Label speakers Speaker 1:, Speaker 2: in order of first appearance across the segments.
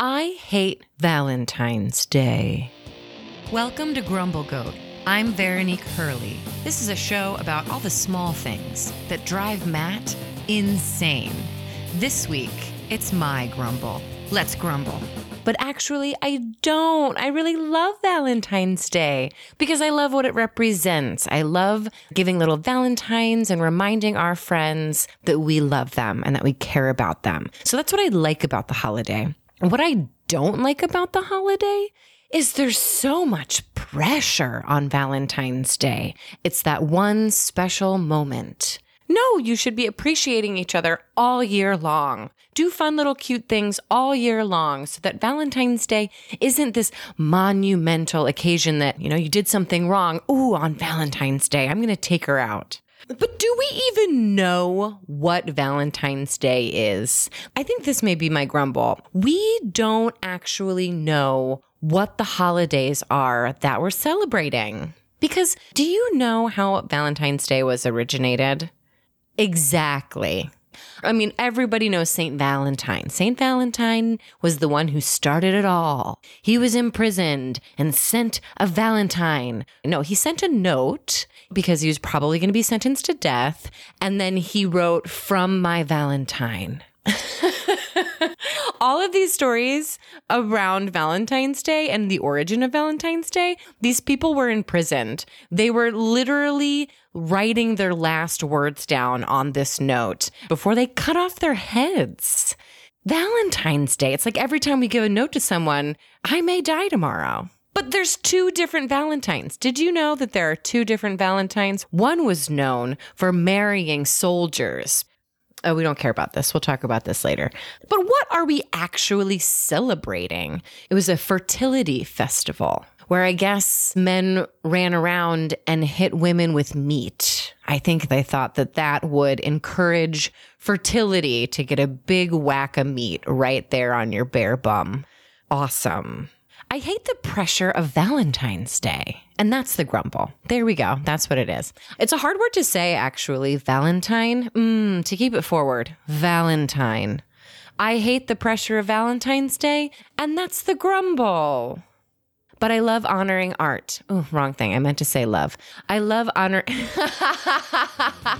Speaker 1: I hate Valentine's Day.
Speaker 2: Welcome to Grumble Goat. I'm Veronique Hurley. This is a show about all the small things that drive Matt insane. This week, it's my grumble. Let's grumble.
Speaker 1: But actually, I don't. I really love Valentine's Day because I love what it represents. I love giving little Valentines and reminding our friends that we love them and that we care about them. So that's what I like about the holiday. And what I don't like about the holiday is there's so much pressure on Valentine's Day. It's that one special moment. No, you should be appreciating each other all year long. Do fun little cute things all year long so that Valentine's Day isn't this monumental occasion that, you know, you did something wrong. Ooh, on Valentine's Day, I'm going to take her out. But do we even know what Valentine's Day is? I think this may be my grumble. We don't actually know what the holidays are that we're celebrating. Because do you know how Valentine's Day was originated? Exactly. I mean, everybody knows St. Valentine. St. Valentine was the one who started it all. He was imprisoned and sent a Valentine. No, he sent a note because he was probably going to be sentenced to death. And then he wrote, From my Valentine. all of these stories around Valentine's Day and the origin of Valentine's Day, these people were imprisoned. They were literally writing their last words down on this note before they cut off their heads. Valentine's Day, it's like every time we give a note to someone, I may die tomorrow. But there's two different Valentines. Did you know that there are two different Valentines? One was known for marrying soldiers. Oh, we don't care about this. We'll talk about this later. But what are we actually celebrating? It was a fertility festival where I guess men ran around and hit women with meat. I think they thought that that would encourage fertility to get a big whack of meat right there on your bare bum. Awesome. I hate the pressure of Valentine's Day. And that's the grumble. There we go. That's what it is. It's a hard word to say, actually. Valentine. Mm, to keep it forward, Valentine. I hate the pressure of Valentine's Day. And that's the grumble. But I love honoring art. Oh, wrong thing. I meant to say love. I love honor.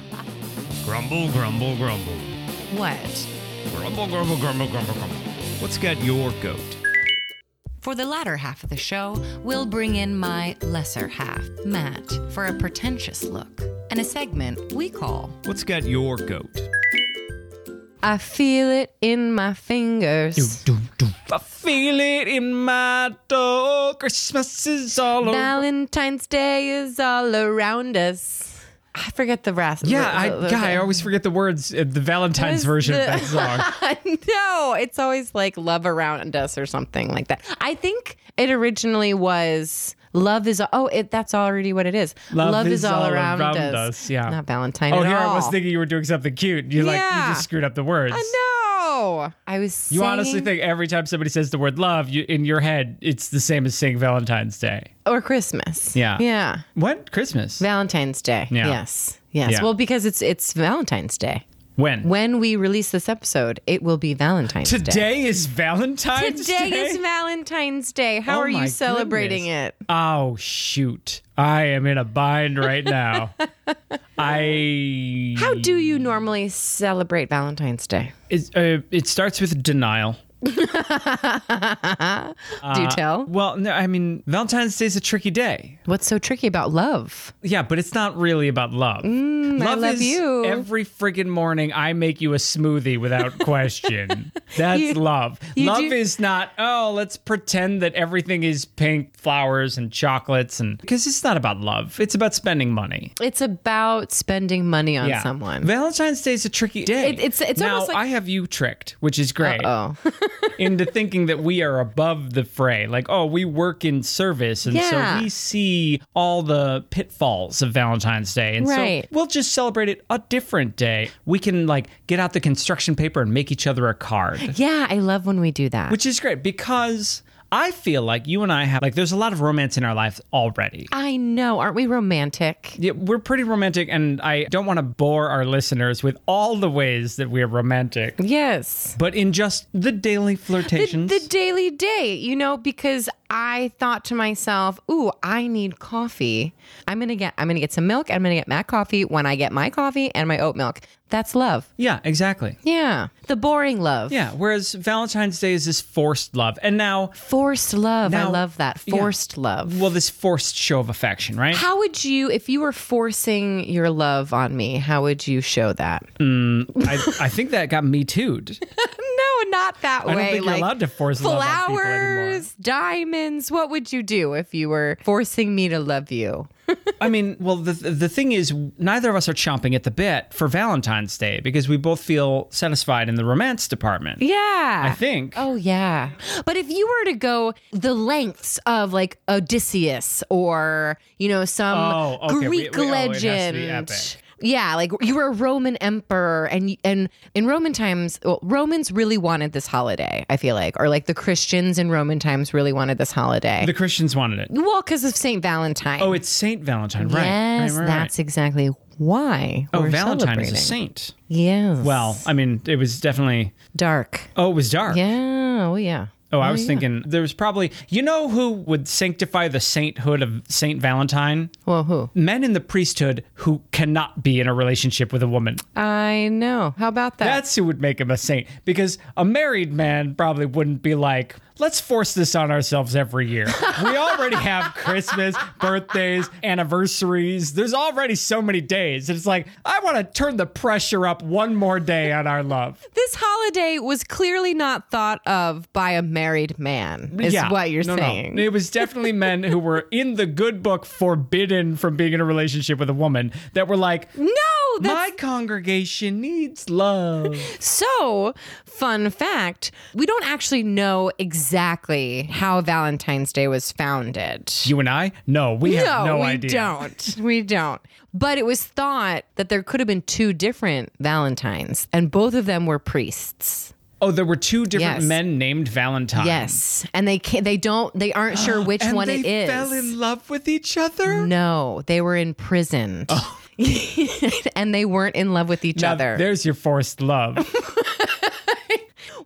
Speaker 3: Grumble, grumble, grumble.
Speaker 2: What?
Speaker 3: Grumble, grumble, grumble, grumble, grumble. What's got your goat?
Speaker 2: For the latter half of the show, we'll bring in my lesser half, Matt, for a pretentious look and a segment we call
Speaker 3: What's got your goat?
Speaker 1: I feel it in my fingers.
Speaker 3: I feel it in my toe. Christmas is all
Speaker 1: Valentine's Day is all around us. I forget the rest.
Speaker 4: Yeah,
Speaker 1: the-
Speaker 4: I,
Speaker 1: the- the
Speaker 4: God, I
Speaker 1: thing.
Speaker 4: always forget the words. Uh, the Valentine's
Speaker 1: Is
Speaker 4: version
Speaker 1: the-
Speaker 4: of that song.
Speaker 1: no, it's always like love around us or something like that. I think it originally was love is oh it that's already what it is.
Speaker 4: Love is all around us, yeah.
Speaker 1: Not Valentine.
Speaker 4: Oh,
Speaker 1: at
Speaker 4: here
Speaker 1: all.
Speaker 4: I was thinking you were doing something cute. You're like
Speaker 1: Yeah.
Speaker 4: you just screwed up the words.
Speaker 1: I know. I was.
Speaker 4: You honestly
Speaker 1: singing-
Speaker 4: think every time somebody says the word love, you, in your head, it's the same as saying Valentine's Day.
Speaker 1: or Christmas?
Speaker 4: Yeah.
Speaker 1: Yeah.
Speaker 4: What Christmas?
Speaker 1: Valentine's Day.
Speaker 4: Yeah.
Speaker 1: Yes. Yes.
Speaker 4: Yeah.
Speaker 1: Well, because it's it's Valentine's Day.
Speaker 4: when?
Speaker 1: When we release this episode, it will be Valentine's Day.
Speaker 4: Today is Valentine's Day.
Speaker 1: Today is Valentine's Day. How
Speaker 4: Oh
Speaker 1: are
Speaker 4: my
Speaker 1: you celebrating
Speaker 4: goodness.
Speaker 1: it?
Speaker 4: Oh shoot! I am in a bind right now. I
Speaker 1: How do you normally celebrate Valentine's Day?
Speaker 4: It's, uh, it starts with denial.
Speaker 1: do
Speaker 4: Uh,
Speaker 1: you tell?
Speaker 4: Well, no, I mean Valentine's Day is a tricky day.
Speaker 1: What's so tricky about love?
Speaker 4: Yeah, but it's not really about love. love
Speaker 1: Mm, love
Speaker 4: is
Speaker 1: you.
Speaker 4: every friggin' morning I make you a smoothie without question. That's
Speaker 1: You-
Speaker 4: love.
Speaker 1: you
Speaker 4: Love
Speaker 1: do-
Speaker 4: is not, oh, let's pretend that everything is pink flowers and chocolates and because it's not about love. It's about spending money.
Speaker 1: It's about spending money on
Speaker 4: Yeah.
Speaker 1: someone.
Speaker 4: Valentine's Day is a tricky day.
Speaker 1: It- it's- it's
Speaker 4: now,
Speaker 1: almost like-
Speaker 4: I have you tricked, which is great.
Speaker 1: oh.
Speaker 4: into thinking that we are above the fray. Like, oh, we work in service. And
Speaker 1: Yeah.
Speaker 4: so we see all the pitfalls of Valentine's Day. And
Speaker 1: Right.
Speaker 4: so we'll just celebrate it a different day. We can, like, get out the construction paper and make each other a card,
Speaker 1: yeah, I love when we do that.
Speaker 4: which is great because. I feel like you and I have, like, there's a lot of romance in our life already.
Speaker 1: I know. Aren't we romantic?
Speaker 4: Yeah, we're pretty romantic, and I don't want to bore our listeners with all the ways that we're romantic,
Speaker 1: Yes.
Speaker 4: but in just the daily
Speaker 1: The,
Speaker 4: flirtations.
Speaker 1: the daily day, you know, because I thought to myself, "Ooh, I need coffee. I'm gonna get, I'm gonna get some milk. I'm gonna get Mac coffee when I get my coffee and my oat milk. That's love.
Speaker 4: yeah, exactly.
Speaker 1: Yeah, the boring love.
Speaker 4: Yeah, whereas Valentine's Day is this forced love. And now,
Speaker 1: forced love. I
Speaker 4: Now-
Speaker 1: love that
Speaker 4: yeah.
Speaker 1: forced love.
Speaker 4: well, this forced show of affection, right?
Speaker 1: How would you, if you were forcing your love on me, how would you show that?
Speaker 4: Mm. I, I think that got me tooed.
Speaker 1: No, not that
Speaker 4: don't
Speaker 1: way.
Speaker 4: think you're
Speaker 1: like
Speaker 4: allowed to force love on people anymore.
Speaker 1: flowers, diamonds. What would you do if you were forcing me to love you?
Speaker 4: I mean, well, the the thing is, neither of us are chomping at the bit for Valentine's Day because we both feel satisfied in the romance department.
Speaker 1: Yeah.
Speaker 4: I think.
Speaker 1: Oh yeah. But if you were to go the lengths of like Odysseus or, you know, some
Speaker 4: Oh, okay. We-
Speaker 1: Greek
Speaker 4: we- oh, it has to be
Speaker 1: legend.
Speaker 4: epic.
Speaker 1: Yeah, like you were a Roman emperor and y- and in Roman times, well, Romans really wanted this holiday, I feel like, or like the Christians in Roman times really wanted this holiday.
Speaker 4: The Christians wanted it.
Speaker 1: well, cuz of St. Valentine.
Speaker 4: Oh, it's Saint Valentine, right?
Speaker 1: yes,
Speaker 4: right, right, right.
Speaker 1: that's exactly why.
Speaker 4: Oh,
Speaker 1: we're
Speaker 4: Valentine is
Speaker 1: celebrating.
Speaker 4: a saint.
Speaker 1: Yes.
Speaker 4: Well, I mean, it was definitely.
Speaker 1: dark.
Speaker 4: Oh, it was dark.
Speaker 1: Yeah, oh yeah.
Speaker 4: Oh, I was thinking there was probably. You know who would sanctify the sainthood of Saint Valentine?
Speaker 1: Well, who?
Speaker 4: Men in the priesthood who cannot be in a relationship with a woman.
Speaker 1: I know. How about that?
Speaker 4: That's who would make him a saint because a married man probably wouldn't be like, let's force this on ourselves every year. We already have Christmas, birthdays, anniversaries. There's already so many days. It's like, I want to turn the pressure up one more day on our love.
Speaker 1: this holiday was clearly not thought of by a married man, is
Speaker 4: yeah.
Speaker 1: what you're
Speaker 4: No, no.
Speaker 1: saying.
Speaker 4: It was definitely men who were in the good book forbidden from being in a relationship with a woman that were like,
Speaker 1: No, that's
Speaker 4: my congregation needs love.
Speaker 1: so fun fact. We don't actually know exactly how Valentine's Day was founded.
Speaker 4: you and I? No, we have no
Speaker 1: we
Speaker 4: idea.
Speaker 1: don't. We don't. But it was thought that there could have been two different Valentines, and both of them were priests.
Speaker 4: Oh, there were two different
Speaker 1: Yes.
Speaker 4: men named Valentine.
Speaker 1: Yes, and they can, they don't they aren't sure which
Speaker 4: And
Speaker 1: one
Speaker 4: they
Speaker 1: it is.
Speaker 4: fell in love with each other.
Speaker 1: No, they were imprisoned. and they weren't in love with each
Speaker 4: Oh. Now,
Speaker 1: other.
Speaker 4: There's your forced love.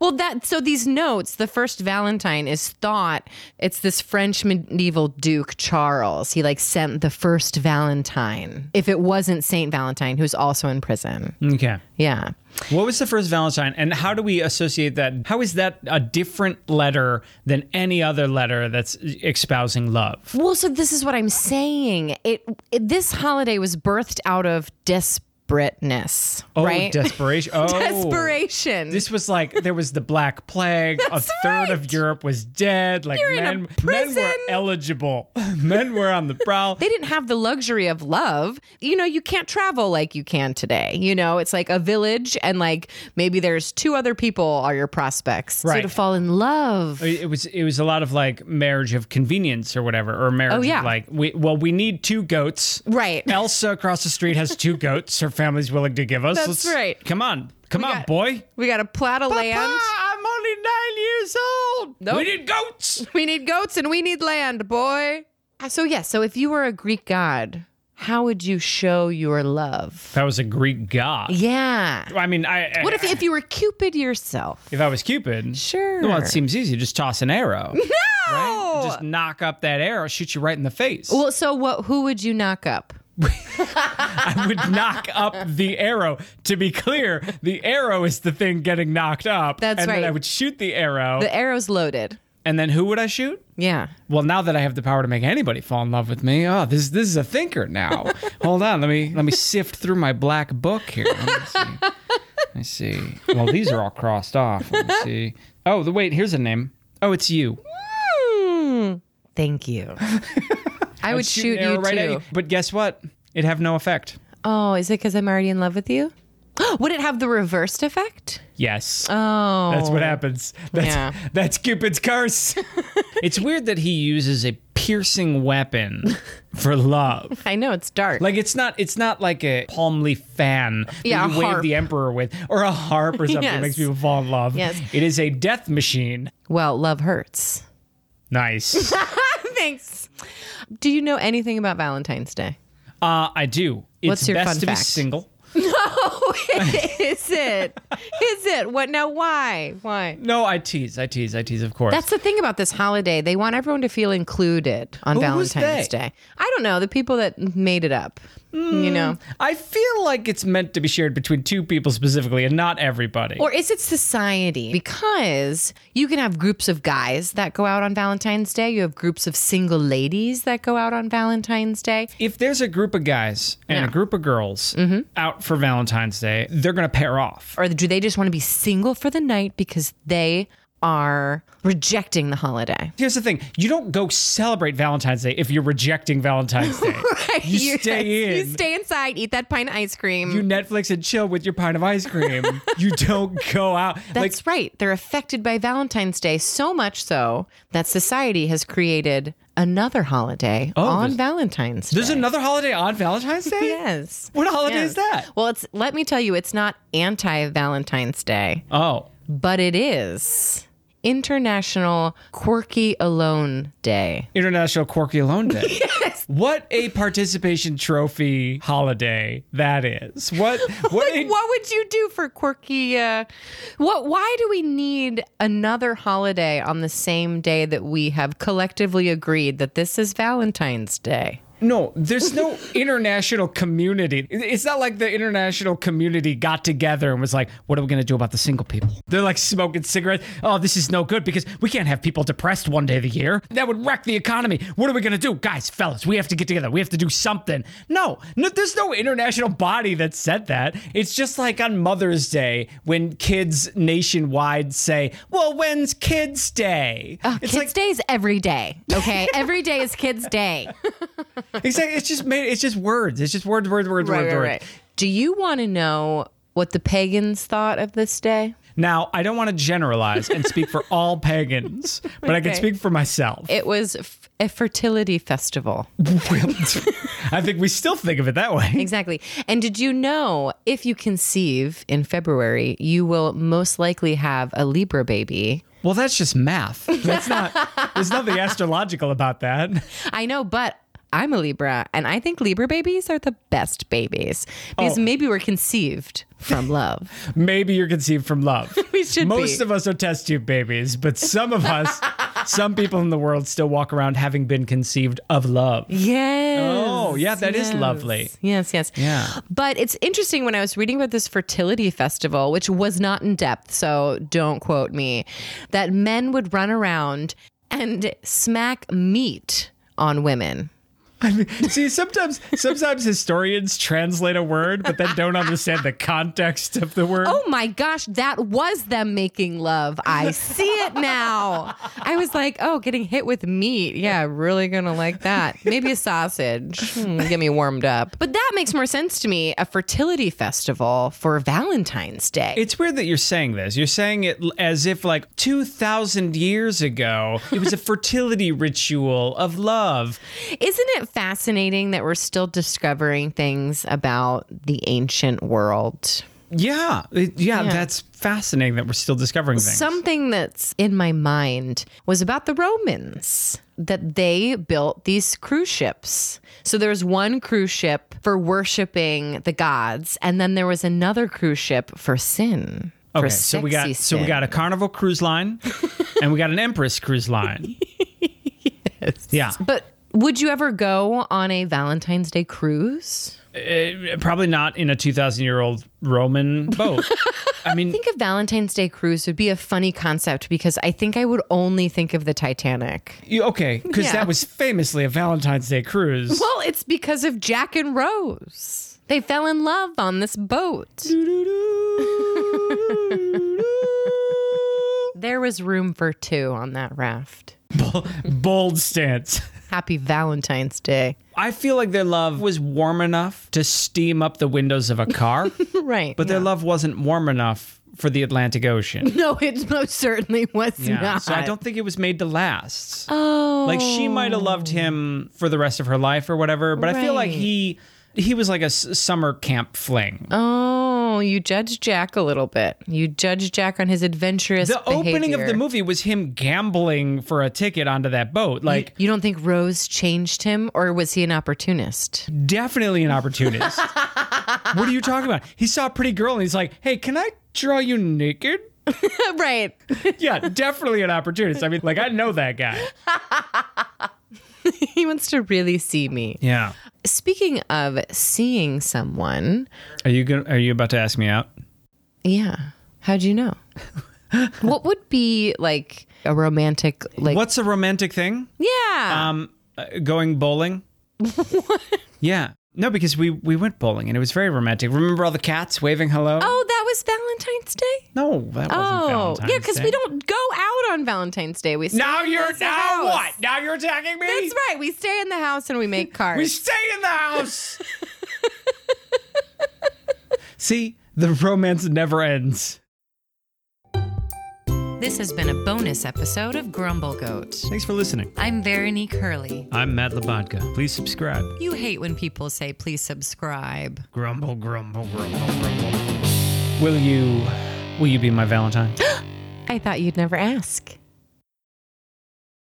Speaker 1: Well, that so these notes, the first Valentine is thought it's this French medieval duke Charles. He like sent the first Valentine. If it wasn't Saint Valentine who's also in prison.
Speaker 4: okay.
Speaker 1: Yeah.
Speaker 4: What was the first Valentine, and how do we associate that? How is that a different letter than any other letter that's espousing love?
Speaker 1: Well, so this is what I'm saying. It, it this holiday was birthed out of desperateness,
Speaker 4: Oh,
Speaker 1: right?
Speaker 4: desperation. Oh,
Speaker 1: Desperation.
Speaker 4: This was like there was the Black Plague. a
Speaker 1: That's
Speaker 4: third
Speaker 1: right.
Speaker 4: of Europe was dead. Like
Speaker 1: You're in a
Speaker 4: men, men
Speaker 1: prison.
Speaker 4: were eligible. men were on the prowl.
Speaker 1: they didn't have the luxury of love. You know, you can't travel like you can today. You know, it's like a village and like maybe there's two other people are your prospects. So
Speaker 4: Right.
Speaker 1: to fall in love.
Speaker 4: It it was it was a lot of like marriage of convenience or whatever, or marriage.
Speaker 1: Oh,
Speaker 4: of,
Speaker 1: yeah.
Speaker 4: like we well we need two goats.
Speaker 1: Right.
Speaker 4: Elsa across the street has two goats. Her family's willing to give us.
Speaker 1: That's right.
Speaker 4: Come on, come on,
Speaker 1: got-
Speaker 4: boy.
Speaker 1: We got a plot of land.
Speaker 4: Papa, I'm only nine years old. We need goats.
Speaker 1: We need goats and we need land, boy. Uh, So yeah, so if you were a Greek god, how would you show your love?
Speaker 4: That was a Greek god.
Speaker 1: Yeah.
Speaker 4: I mean, I, I
Speaker 1: What if if you were Cupid yourself?
Speaker 4: if I was Cupid?
Speaker 1: Sure.
Speaker 4: Well, it seems easy. Just toss an arrow.
Speaker 1: No.
Speaker 4: right? Just knock up that arrow, shoot you right in the face.
Speaker 1: Well, so what? Who would you knock up?
Speaker 4: I would knock up the arrow. To be clear, the arrow is the thing getting knocked up.
Speaker 1: That's
Speaker 4: and
Speaker 1: right.
Speaker 4: Then I would shoot the arrow.
Speaker 1: The arrow's loaded.
Speaker 4: and then who would I shoot?
Speaker 1: Yeah.
Speaker 4: Well, now that I have the power to make anybody fall in love with me, oh, this this is a thinker now. Hold on, let me let me sift through my black book here. Let me see. Let me see. Well, these are all crossed off. Let me see. Oh, the wait, here's a name. Oh, it's you.
Speaker 1: Hmm. Thank you. I would shoot,
Speaker 4: an
Speaker 1: you
Speaker 4: arrow
Speaker 1: too.
Speaker 4: right at you. But guess what? It have no effect.
Speaker 1: Oh, is it because I'm already in love with you? would it have the reversed effect?
Speaker 4: Yes.
Speaker 1: Oh,
Speaker 4: That's what happens. That's,
Speaker 1: Yeah.
Speaker 4: that's Cupid's curse. it's weird that he uses a piercing weapon for love.
Speaker 1: I know it's dark.
Speaker 4: Like it's not it's not like a palm leaf fan that
Speaker 1: Yeah, a
Speaker 4: you wave
Speaker 1: harp.
Speaker 4: the emperor with or a harp or something
Speaker 1: Yes.
Speaker 4: that makes people fall in love.
Speaker 1: Yes.
Speaker 4: It is a death machine.
Speaker 1: well, love hurts.
Speaker 4: Nice. uh,
Speaker 1: Thanks. Do you know anything about Valentine's Day?
Speaker 4: I do. It's
Speaker 1: What's your
Speaker 4: best
Speaker 1: fun
Speaker 4: to
Speaker 1: fact?
Speaker 4: be single.
Speaker 1: Is it? Is it? What now why? Why?
Speaker 4: No, I tease. I tease. I tease. Of course.
Speaker 1: That's the thing about this holiday. They want everyone to feel included on
Speaker 4: Who was
Speaker 1: Valentine's
Speaker 4: they?
Speaker 1: Day. I don't know, the people that made it up. You know.
Speaker 4: I feel like it's meant to be shared between two people specifically, and not everybody.
Speaker 1: Or is it society? Because you can have groups of guys that go out on Valentine's Day. You have groups of single ladies that go out on Valentine's Day.
Speaker 4: if there's a group of guys and a group of girls out for Valentine's Day, they're going to pair off.
Speaker 1: Or do they just want to be single for the night because they are rejecting the holiday?
Speaker 4: Here's the thing you don't go celebrate Valentine's Day if you're rejecting Valentine's Day. You stay
Speaker 1: You
Speaker 4: in.
Speaker 1: stay inside, eat that pint of ice cream.
Speaker 4: You Netflix and chill with your pint of ice cream. you don't go out.
Speaker 1: That's right. They're affected by Valentine's Day so much so that society has created another holiday on
Speaker 4: Oh, there's-
Speaker 1: Valentine's
Speaker 4: There's
Speaker 1: Day.
Speaker 4: another holiday on Valentine's Day?
Speaker 1: yes.
Speaker 4: What holiday
Speaker 1: Yes.
Speaker 4: is that?
Speaker 1: Well, it's let me tell you, it's not anti-Valentine's Day,
Speaker 4: Oh.
Speaker 1: but it is International Quirky Alone Day.
Speaker 4: International Quirky Alone Day. What a participation trophy holiday that is. What what a,
Speaker 1: What would you do for quirky uh what why do we need another holiday on the same day that we have collectively agreed that this is Valentine's Day?
Speaker 4: No, there's no international community. It- It's not like the international community got together and was like, what are we going to do about the single people? They're like smoking cigarettes. Oh, this is no good because we can't have people depressed one day of the year. That would wreck the economy. What are we going to do? Guys, fellas, we have to get together. We have to do something. No, no, there's no international body that said that. It's just like on Mother's Day when kids nationwide say, well, when's Kids Day?
Speaker 1: Oh,
Speaker 4: it's
Speaker 1: kids'
Speaker 4: like,
Speaker 1: day is every day. Okay, every day is kids' day.
Speaker 4: exactly. It's just made, it's just words. It's just words, words, words, words, words.
Speaker 1: Do you want to know what the pagans thought of this day?
Speaker 4: Now, I don't want to generalize and speak for all pagans, but I can
Speaker 1: Okay.
Speaker 4: speak for myself.
Speaker 1: It was f- a fertility festival.
Speaker 4: I think we still think of it that way.
Speaker 1: Exactly. And did you know if you conceive in February, you will most likely have a Libra baby?
Speaker 4: Well, that's just math. That's not there's nothing astrological about that.
Speaker 1: I know, but I'm a Libra, and I think Libra babies are the best babies because
Speaker 4: Oh.
Speaker 1: maybe we're conceived from love.
Speaker 4: Maybe you're conceived from love.
Speaker 1: We should
Speaker 4: Most
Speaker 1: be.
Speaker 4: of us are test tube babies, but some of us, some people in the world still walk around having been conceived of love.
Speaker 1: Yes.
Speaker 4: Oh, yeah, that is lovely.
Speaker 1: Yes, yes.
Speaker 4: Yeah.
Speaker 1: But it's interesting when I was reading about this fertility festival, which was not in depth, so don't quote me, that men would run around and smack meat on women.
Speaker 4: See, sometimes sometimes historians translate a word but then don't understand the context of the word.
Speaker 1: Oh my gosh, that was them making love. I see it now. I was like, oh, getting hit with meat. Yeah, really gonna like that. Maybe a sausage. Hmm, get me warmed up. But that makes more sense to me a fertility festival for Valentine's Day.
Speaker 4: It's weird that you're saying this. You're saying it l- as if, like, 2,000 years ago, it was a fertility ritual of love.
Speaker 1: Isn't it fascinating that we're still discovering things about the ancient world?
Speaker 4: Yeah. It- yeah, that's fascinating that we're still discovering things.
Speaker 1: Something that's in my mind was about the Romans that they built these cruise ships. So there was one cruise ship for worshiping the gods, and then there was another cruise ship for sin. for
Speaker 4: okay, so we got
Speaker 1: sexy
Speaker 4: so we
Speaker 1: sin.
Speaker 4: got a Carnival cruise line and we got an Empress cruise line. Yeah.
Speaker 1: But would you ever go on a Valentine's Day cruise?
Speaker 4: Uh, probably not in a 2,000 year old Roman boat. I mean,
Speaker 1: think a Valentine's Day cruise would be a funny concept because I think I would only think of the Titanic.
Speaker 4: you, okay, because
Speaker 1: Yeah.
Speaker 4: that was famously a Valentine's Day cruise.
Speaker 1: Well, it's because of Jack and Rose. They fell in love on this boat. there was room for two on that raft.
Speaker 4: Bold stance.
Speaker 1: Happy Valentine's Day.
Speaker 4: I feel like their love was warm enough to steam up the windows of a car,
Speaker 1: Right.
Speaker 4: but their love wasn't warm enough for the Atlantic Ocean.
Speaker 1: no, it most certainly was not.
Speaker 4: So I don't think it was made to last.
Speaker 1: Oh.
Speaker 4: Like she might have loved him for the rest of her life or whatever, but I feel like
Speaker 1: Right.
Speaker 4: he he was like a s- summer camp fling.
Speaker 1: Oh, no, you judge Jack a little bit. You judge Jack on his adventurous.
Speaker 4: The opening of the
Speaker 1: behavior.
Speaker 4: movie was him gambling for a ticket onto that boat. Like,
Speaker 1: You don't think Rose changed him, or was he an opportunist?
Speaker 4: definitely an opportunist. what are you talking about? He saw a pretty girl and he's like, hey, can I draw you naked?
Speaker 1: right.
Speaker 4: Yeah, definitely an opportunist. I mean, like, I know that guy.
Speaker 1: he wants to really see me.
Speaker 4: Yeah.
Speaker 1: Speaking of seeing someone,
Speaker 4: Are you going to are you about to ask me out?
Speaker 1: yeah. How'd you know? what would be like a romantic like?
Speaker 4: What's a romantic thing?
Speaker 1: Yeah.
Speaker 4: Um uh, going bowling? Yeah. No, because we we went bowling and it was very romantic. Remember all the cats waving hello?
Speaker 1: oh, that was Valentine's Day.
Speaker 4: No, that wasn't
Speaker 1: Oh,
Speaker 4: Valentine's
Speaker 1: yeah, because
Speaker 4: Day.
Speaker 1: we don't go out on Valentine's Day. We stay
Speaker 4: Now
Speaker 1: in
Speaker 4: you're
Speaker 1: the
Speaker 4: now
Speaker 1: house.
Speaker 4: what? Now you're attacking me?
Speaker 1: That's right. We stay in the house and we make cards.
Speaker 4: We stay in the house. See, the romance never ends.
Speaker 2: This has been a bonus episode of Grumble Goat.
Speaker 4: Thanks for listening.
Speaker 2: I'm Veronique Hurley.
Speaker 4: I'm Matt Labodka. Please subscribe.
Speaker 2: You hate when people say please subscribe.
Speaker 4: Grumble, grumble, grumble, grumble. Will you will you be my Valentine?
Speaker 1: I thought you'd never ask.